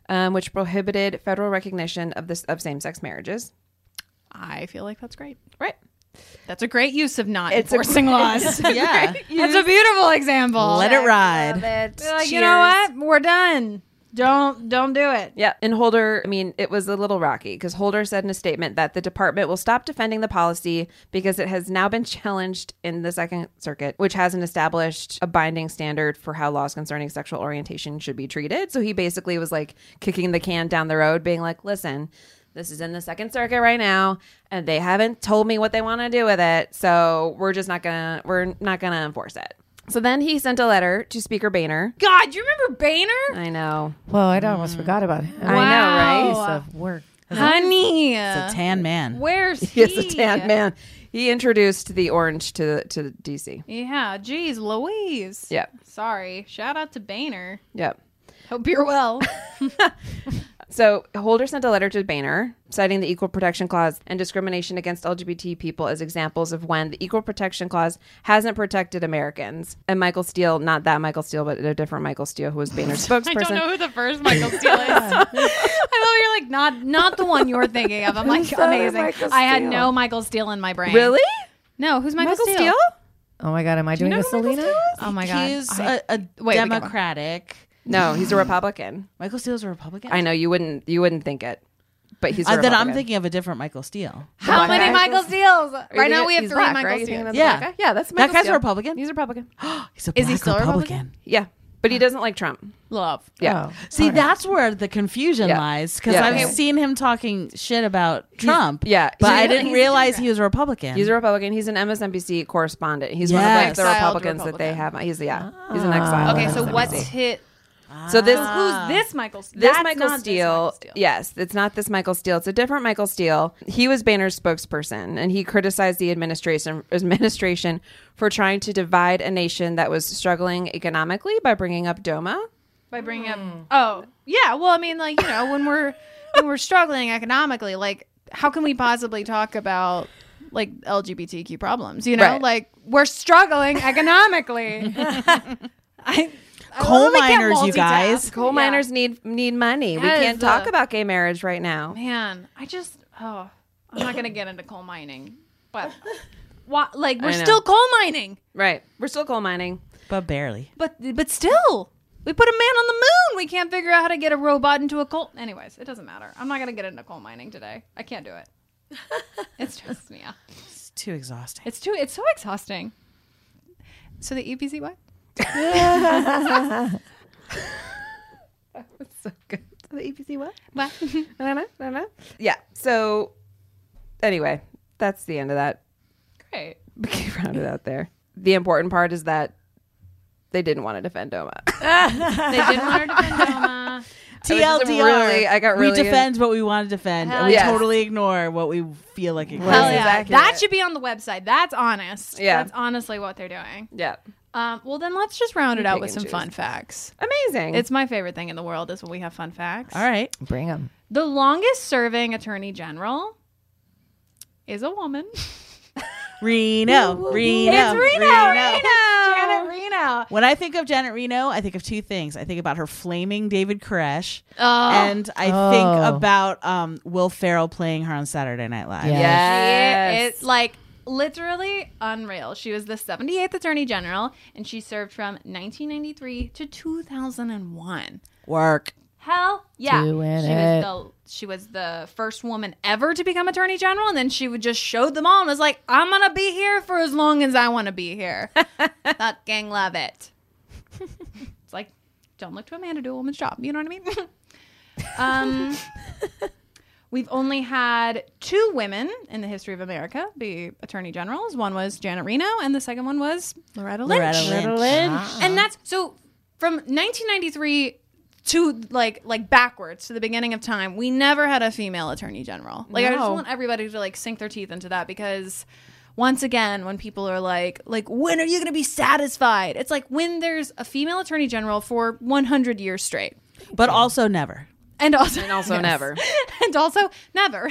um, which prohibited federal recognition of this of same sex marriages. I feel like that's great. Right. That's a great use of not It's a enforcing laws. (laughs) Yeah. That's a beautiful example. Let it ride. Be like, you know what? We're done. Don't don't do it. Yeah, and Holder, I mean, it was a little rocky because Holder said in a statement that the department will stop defending the policy because it has now been (laughs) challenged in the Second Circuit, which hasn't established a binding standard for how laws concerning sexual orientation should be treated. So he basically was like kicking the can down the road, being like, listen, this is in the Second Circuit right now, and they haven't told me what they want to do with it. So we're just not gonna, we're not gonna enforce it. So then he sent a letter to Speaker Boehner. God, you remember Boehner? I know. Well, Mm. I almost forgot about him. I know, right? Piece of work. Honey. It's a tan man. Where's (laughs) he? Yes, a tan man. He introduced the orange to to DC. Yeah, geez, Louise. Yep, Sorry. Shout out to Boehner. yep. Hope you're well. So Holder sent a letter to Boehner citing the Equal Protection Clause and discrimination against LGBT people as examples of when the Equal Protection Clause hasn't protected Americans. And Michael Steele, not that Michael Steele, but a different Michael Steele who was Boehner's spokesperson. (laughs) I don't know who the first Michael Steele is. (laughs) I love you're like not not the one you're thinking of. I'm like Who's the other amazing. Michael I had Steele? no Michael Steele in my brain. Really? No, who's Michael, Michael Steele? Steele? Oh my God, am I doing know a who Michael Selena? Steele is? Oh my god. He's I- a, a wait, we got one. Democratic. No, he's a Republican. Michael Steele's a Republican. I know you wouldn't you wouldn't think it, but he's a Uh, then Republican. I'm thinking of a different Michael Steele. how many Michael Steeles? Are you Right thinking- now we have he's three black, Michael right? You thinking Steeles. that's Yeah. black guy? yeah, that's That Michael guy's Steele. a Republican. He's a Republican. He's a Is he black still a Republican? yeah, but he doesn't like Trump. Love. Yeah, Oh, See, that's where the confusion Yeah. lies because Yeah. I've Okay. seen him talking shit about Trump. yeah. but He's- I didn't he's a realize he was a Republican. He's a Republican. He's an MSNBC correspondent. He's one Yes. of like, the Exiled Republicans that they Republican. have. He's yeah. He's an exile. Okay, so MSNBC. what's hit? so this Who's this Michael? Steele? uh, this That's Michael not this Steele? Michael Steele. Yes, it's not this Michael Steele. It's a different Michael Steele. He was Boehner's spokesperson, and he criticized the administration administration for trying to divide a nation that was struggling economically by bringing up DOMA. by bringing up oh yeah well i mean like you know when we're when we're struggling economically like how can we possibly talk about like lgbtq problems you know Right. like we're struggling economically (laughs) I, I Coal literally can't miners, you multitask. guys. Coal Yeah. miners need need money. we Yes. can't talk about gay marriage right now. man i just oh i'm not gonna get into coal mining but why, like we're know. still coal mining Right. We're still coal mining. but barely. but but still we put a man on the moon we can't figure out how to get a robot into a coal anyways it doesn't matter i'm not gonna get into coal mining today i can't do it (laughs) it stresses me out It's too exhausting. it's too it's so exhausting so the epc what So good. The EPC what? (laughs) what No, Uh-huh, no, no, no. Yeah. So, anyway, that's the end of that. (laughs) great We can round it out there. The important part is that they didn't want to defend (coughs) Doma. they didn't want her to defend Doma. I was just TLDR. really- I got really- we defend what we want to defend, Hell and we yes. totally ignore what we feel like ignoring. Hell is yeah. accurate. That should be on the website. That's honest. Yeah. That's honestly what they're doing. yeah. Um, well, then let's just round it out pick with and some choose. Mm-hmm. fun facts. Amazing. It's my favorite thing in the world is when we have fun facts. All right. Bring him. The longest serving attorney general is a woman. (laughs) Reno, Reno, Janet Reno. When I think of Janet Reno, I think of two things. I think about her flaming David Koresh, Oh. and I Oh. think about um, Will Ferrell playing her on Saturday Night Live. Yeah. yes. It's like literally unreal. She was the 78th attorney general and she served from 1993 to 2001. Work. Hell yeah. Doing she it. was the she was the first woman ever to become attorney general and then she would just showed them all and was like, "I'm going to be here for as long as I want to be (laughs) here." Fucking love it. (laughs) it's like don't look to a man to do a woman's job, you know what I mean? (laughs) (laughs) um We've only had two women in the history of America be attorney generals. One was Janet Reno, and the second one was Loretta Lynch. Loretta Lynch. Uh-huh. And that's so from 1993 to like like backwards to the beginning of time, we never had a female attorney general. Like I just No. want everybody to like sink their teeth into that because once again, when people are like like when are you going to be satisfied? It's like when there's a female attorney general for 100 years straight. But also never. And also (laughs) (laughs) and also never. (laughs) and also never.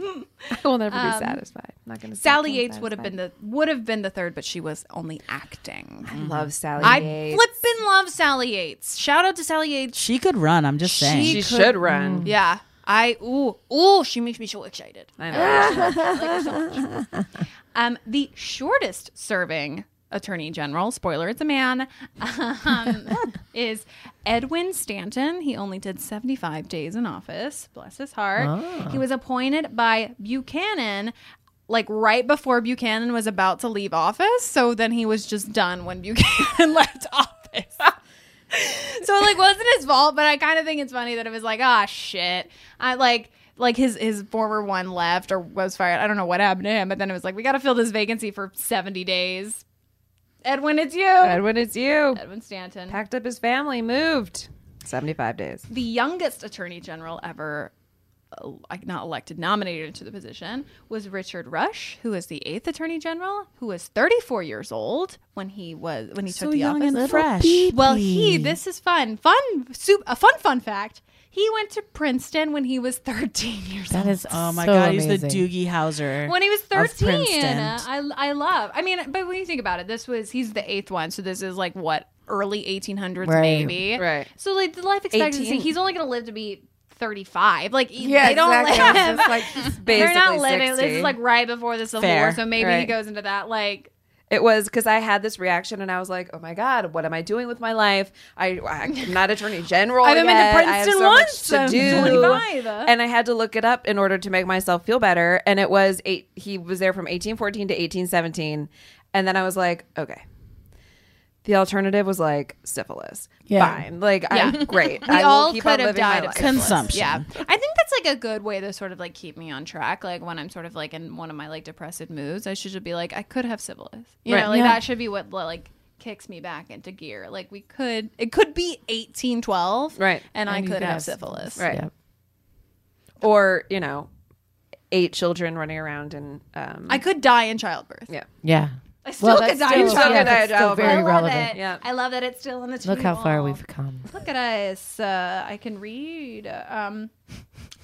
I will never be satisfied. not going to. Um, Sally Yates would have been the would have been the third, but she was only acting. I love Sally I Yates. flippin' love Sally Yates. Shout out to Sally Yates. She could run. I'm just saying. She should run. Yeah. I (laughs) ooh ooh she makes me so excited. I know. (laughs) Um, the shortest serving attorney general, spoiler, it's a man, um, is Edwin Stanton. He only did 75 days in office, bless his heart. He was appointed by Buchanan. Like right before Buchanan was about to leave office, so then he was just done when (laughs) Buchanan left office. (laughs) so it, like wasn't his fault, but I kind of think it's funny that it was like, ah, shit. I like like his his former one left or was fired. I don't know what happened to him, but then it was like, we got to fill this vacancy for seventy days. Edwin, it's you. Edwin, it's you. Edwin Stanton, Packed up his family, moved. Seventy-five days. the youngest attorney general ever. uh, Like not elected, nominated to the position was Richard Rush, who was the eighth Attorney General, who was 34 years old when he was when he so took the young office. and fresh. Well, he. This is fun. Fun. Soup. A fun. Fun fact. He went to Princeton when he was 13 years That old. is Oh my so god, he's the amazing. Doogie Howser. When he was of 13, Princeton. I I love. I mean, but when you think about it, this was he's the eighth one, so this is like what early 1800s Right. maybe. Right. So like the life expectancy, 18. he's only gonna live to be 35. Like Yeah, they don't exactly. live. It's just like- (laughs) They're not Basically living. 60. This is like right before the Civil War, Fair. so maybe he Right. goes into that like It was because I had this reaction and I was like, "Oh my god, what am I doing with my life? I, I'm not attorney general. I haven't been to yet. I have Princeton so much once. I'm to do, 25. and I had to look it up in order to make myself feel better. And it was eight. He was there from 1814 to 1817, and then I was like, okay. The alternative was like syphilis. Yeah. Fine. Like, Yeah. I'm great. (laughs) We I will all keep could on have living my died of life. Consumption. Yeah. I think that's like a good way to sort of like keep me on track. Like when I'm sort of like in one of my like depressive moods, I should just be like, I could have syphilis. You know, like that should be what like kicks me back into gear. Like we could, it could be 1812. Right. And, I And you could could have have syphilis. Right. Yep. Or you know, eight children running around and um, I could die in childbirth. yeah. Yeah. I still that's could die in still- childbirth. yeah, I that's still love very I love relevant. it. Yeah. I love that it's still on the Look how far table. we've come. Look at us. Uh, I can read. Um,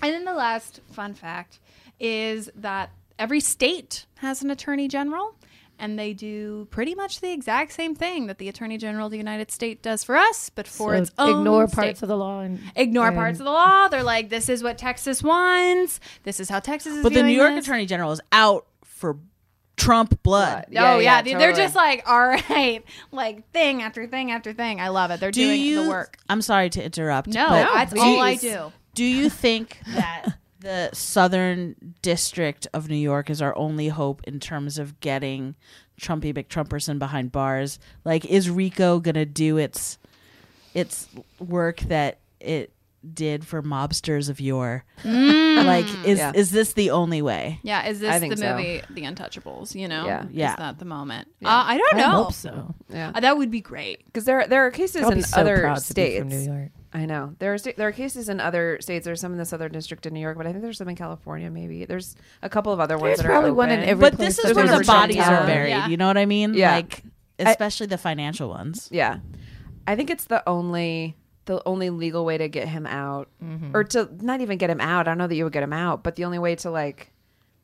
and then the last fun fact is that every state has an attorney general, and they do pretty much the exact same thing that the attorney general of the United States does for us, but for So its own. ignore state. parts of the law and Ignore parts of the law. They're like, this is what Texas wants. This is how Texas is. but the viewing New York this. Attorney General is out for Trump blood. Oh yeah, yeah, they- they're totally. just like, (laughs) all right, like thing after thing after thing. I love it. They're Do doing you? the work. I'm sorry to interrupt. No, but that's do all I you- do. Do you think that the Southern District of New York is our only hope in terms of getting Trumpy McTrumperson behind bars? Like, is Rico gonna do its its work that it did for mobsters of yore? like, is Yeah. is this the only way? Yeah, is I this think the so. movie The Untouchables? You know, Yeah. Yeah. is that the moment? Uh, I don't know. I hope so. Yeah. Uh, that would be great. because there there are cases I'll in be so other proud to be states. from New York. I know there are sta- there are cases in other states. There's some in the Southern District in New York, but I think there's some in California. Maybe there's a couple of other ones. There's that probably are one in open. every- But this place is there's where a the return bodies tower. are buried. Yeah. You know what I mean? Yeah. Like, especially the financial ones. Yeah, I think it's the only the only legal way to get him out, Mm-hmm. or to not even get him out. I don't know that you would get him out, but the only way to like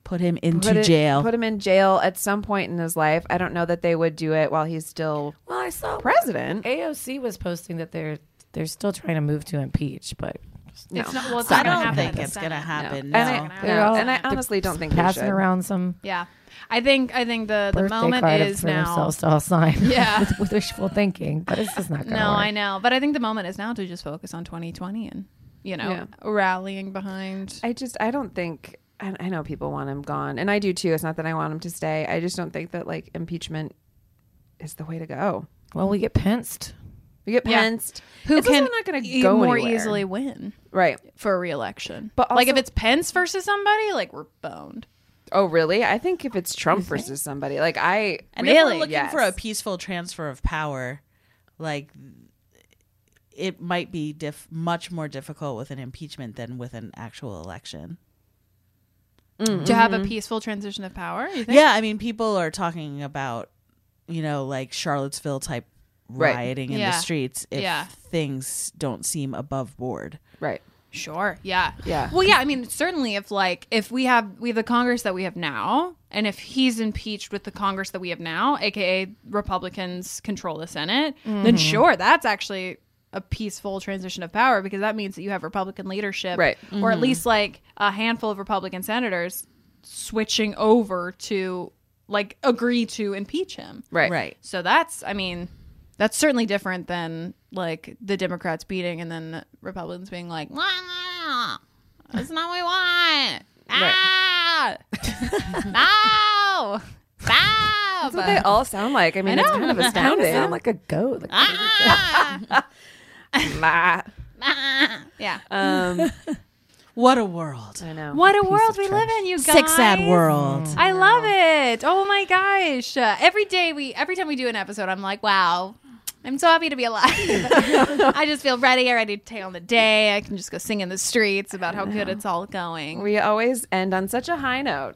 Put him into put it- jail. put him in jail at some point in his life. I don't know that they would do it while he's still Well, I saw president. AOC was posting that they're they're still trying to move to impeach, but No. It's not. Well, it's I not gonna don't happen at think the it's gonna Senate. happen. And, no. I, No. no, They're all- and I honestly don't think they passing should. around some Yeah, I think. I think the the birthday moment card is for now. themselves to all sign. (laughs) Yeah. with, with wishful thinking, but it's just not going to No, work. I know, but I think the moment is now to just focus on 2020 and you know Yeah. rallying behind. I just I don't think I, I know people want him gone, and I do too. It's not that I want him to stay. I just don't think that like impeachment is the way to go. Well, we get penced. We get Yeah. pensed. Who It's also can not going to e- go more anywhere. easily win Right. for a reelection? But like if also- it's Pence versus somebody, like we're boned. Oh, really? I think if it's Trump versus somebody, like I And if we're really looking yes. for a peaceful transfer of power, like it might be diff- much more difficult with an impeachment than with an actual election. Mm-hmm. To have a peaceful transition of power, you think? Yeah, I mean, people are talking about you know like Charlottesville type Right. rioting in Yeah. the streets if Yeah. things don't seem above board. right. Sure. Yeah. Yeah. Well, yeah. I mean, certainly, if like if we have we have the Congress that we have now, and if he's impeached with the Congress that we have now, aka Republicans control the Senate, then sure, that's actually a peaceful transition of power because that means that you have Republican leadership, Right. Or at least like a handful of Republican senators switching over to like agree to impeach him, Right. Right. so that's, I mean, that's certainly different than like the Democrats beating and then Republicans being like, "Wah, wah, wah. "It's not what we want." (laughs) Ah! no! Stop! That's what they all sound like. I mean, I it's know. kind of I astounding. sound like (laughs) a goat. Like, Ah! Blah. Ah! yeah. um, What a world. I know. what a world we live in, you guys. Sick sad world. I love it. Oh my gosh. Uh, every day we every time we do an episode, I'm like, wow. I'm so happy to be alive. (laughs) I just feel ready. I ready to take on the day. I can just go sing in the streets about how good it's all going. We always end on such a high note.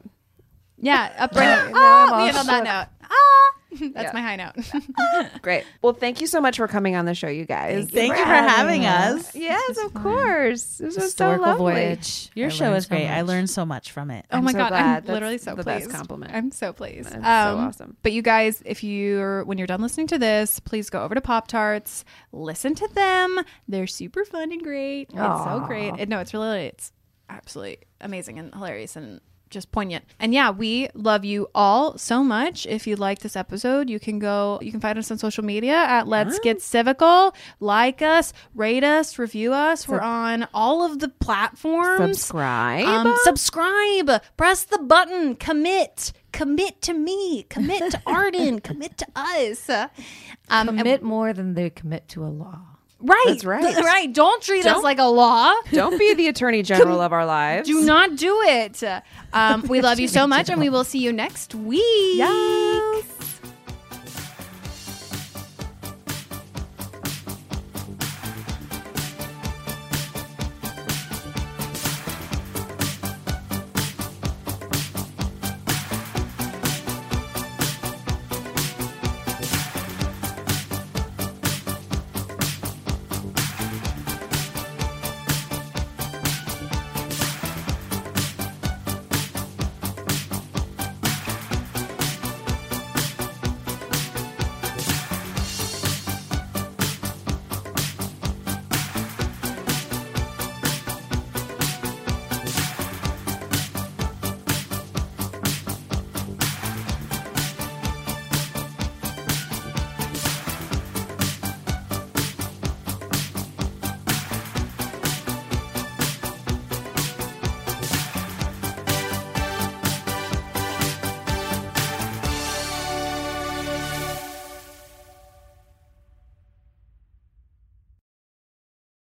yeah, (laughs) upbringing. I'm oh, all we end on that shook. note. Ah, (laughs) Yeah. that's my high note. Great. Well, thank you so much for coming on the show, you guys. Thank you for having us. Yes, of course. This was so historical lovely. voyage. Your I show learned is so great. I much. learned so much from it. Oh my so god, glad. I'm That's literally so the best pleased. compliment. I'm so pleased. Um, That's so awesome. But you guys, if you're when you're done listening to this, please go over to Pop Tarts, listen to them. They're super fun and great. It's so great. It, no, it's really it's absolutely amazing and hilarious and just poignant. And yeah, we love you all so much. If you like this episode, you can go you can find us on social media at Let's Get Civical. Like us, rate us, review us. We're on all of the platforms. Subscribe. Um, subscribe. Press the button. Commit. Commit to me. Commit to Arden. commit to us. Um, Commit more than they commit to a law. right. That's (laughs) right. Th- (laughs) right. Don't treat us like a law. Don't be the attorney general of our lives. Do not do it. Um, we love you so much, and we will see you next week. Yes.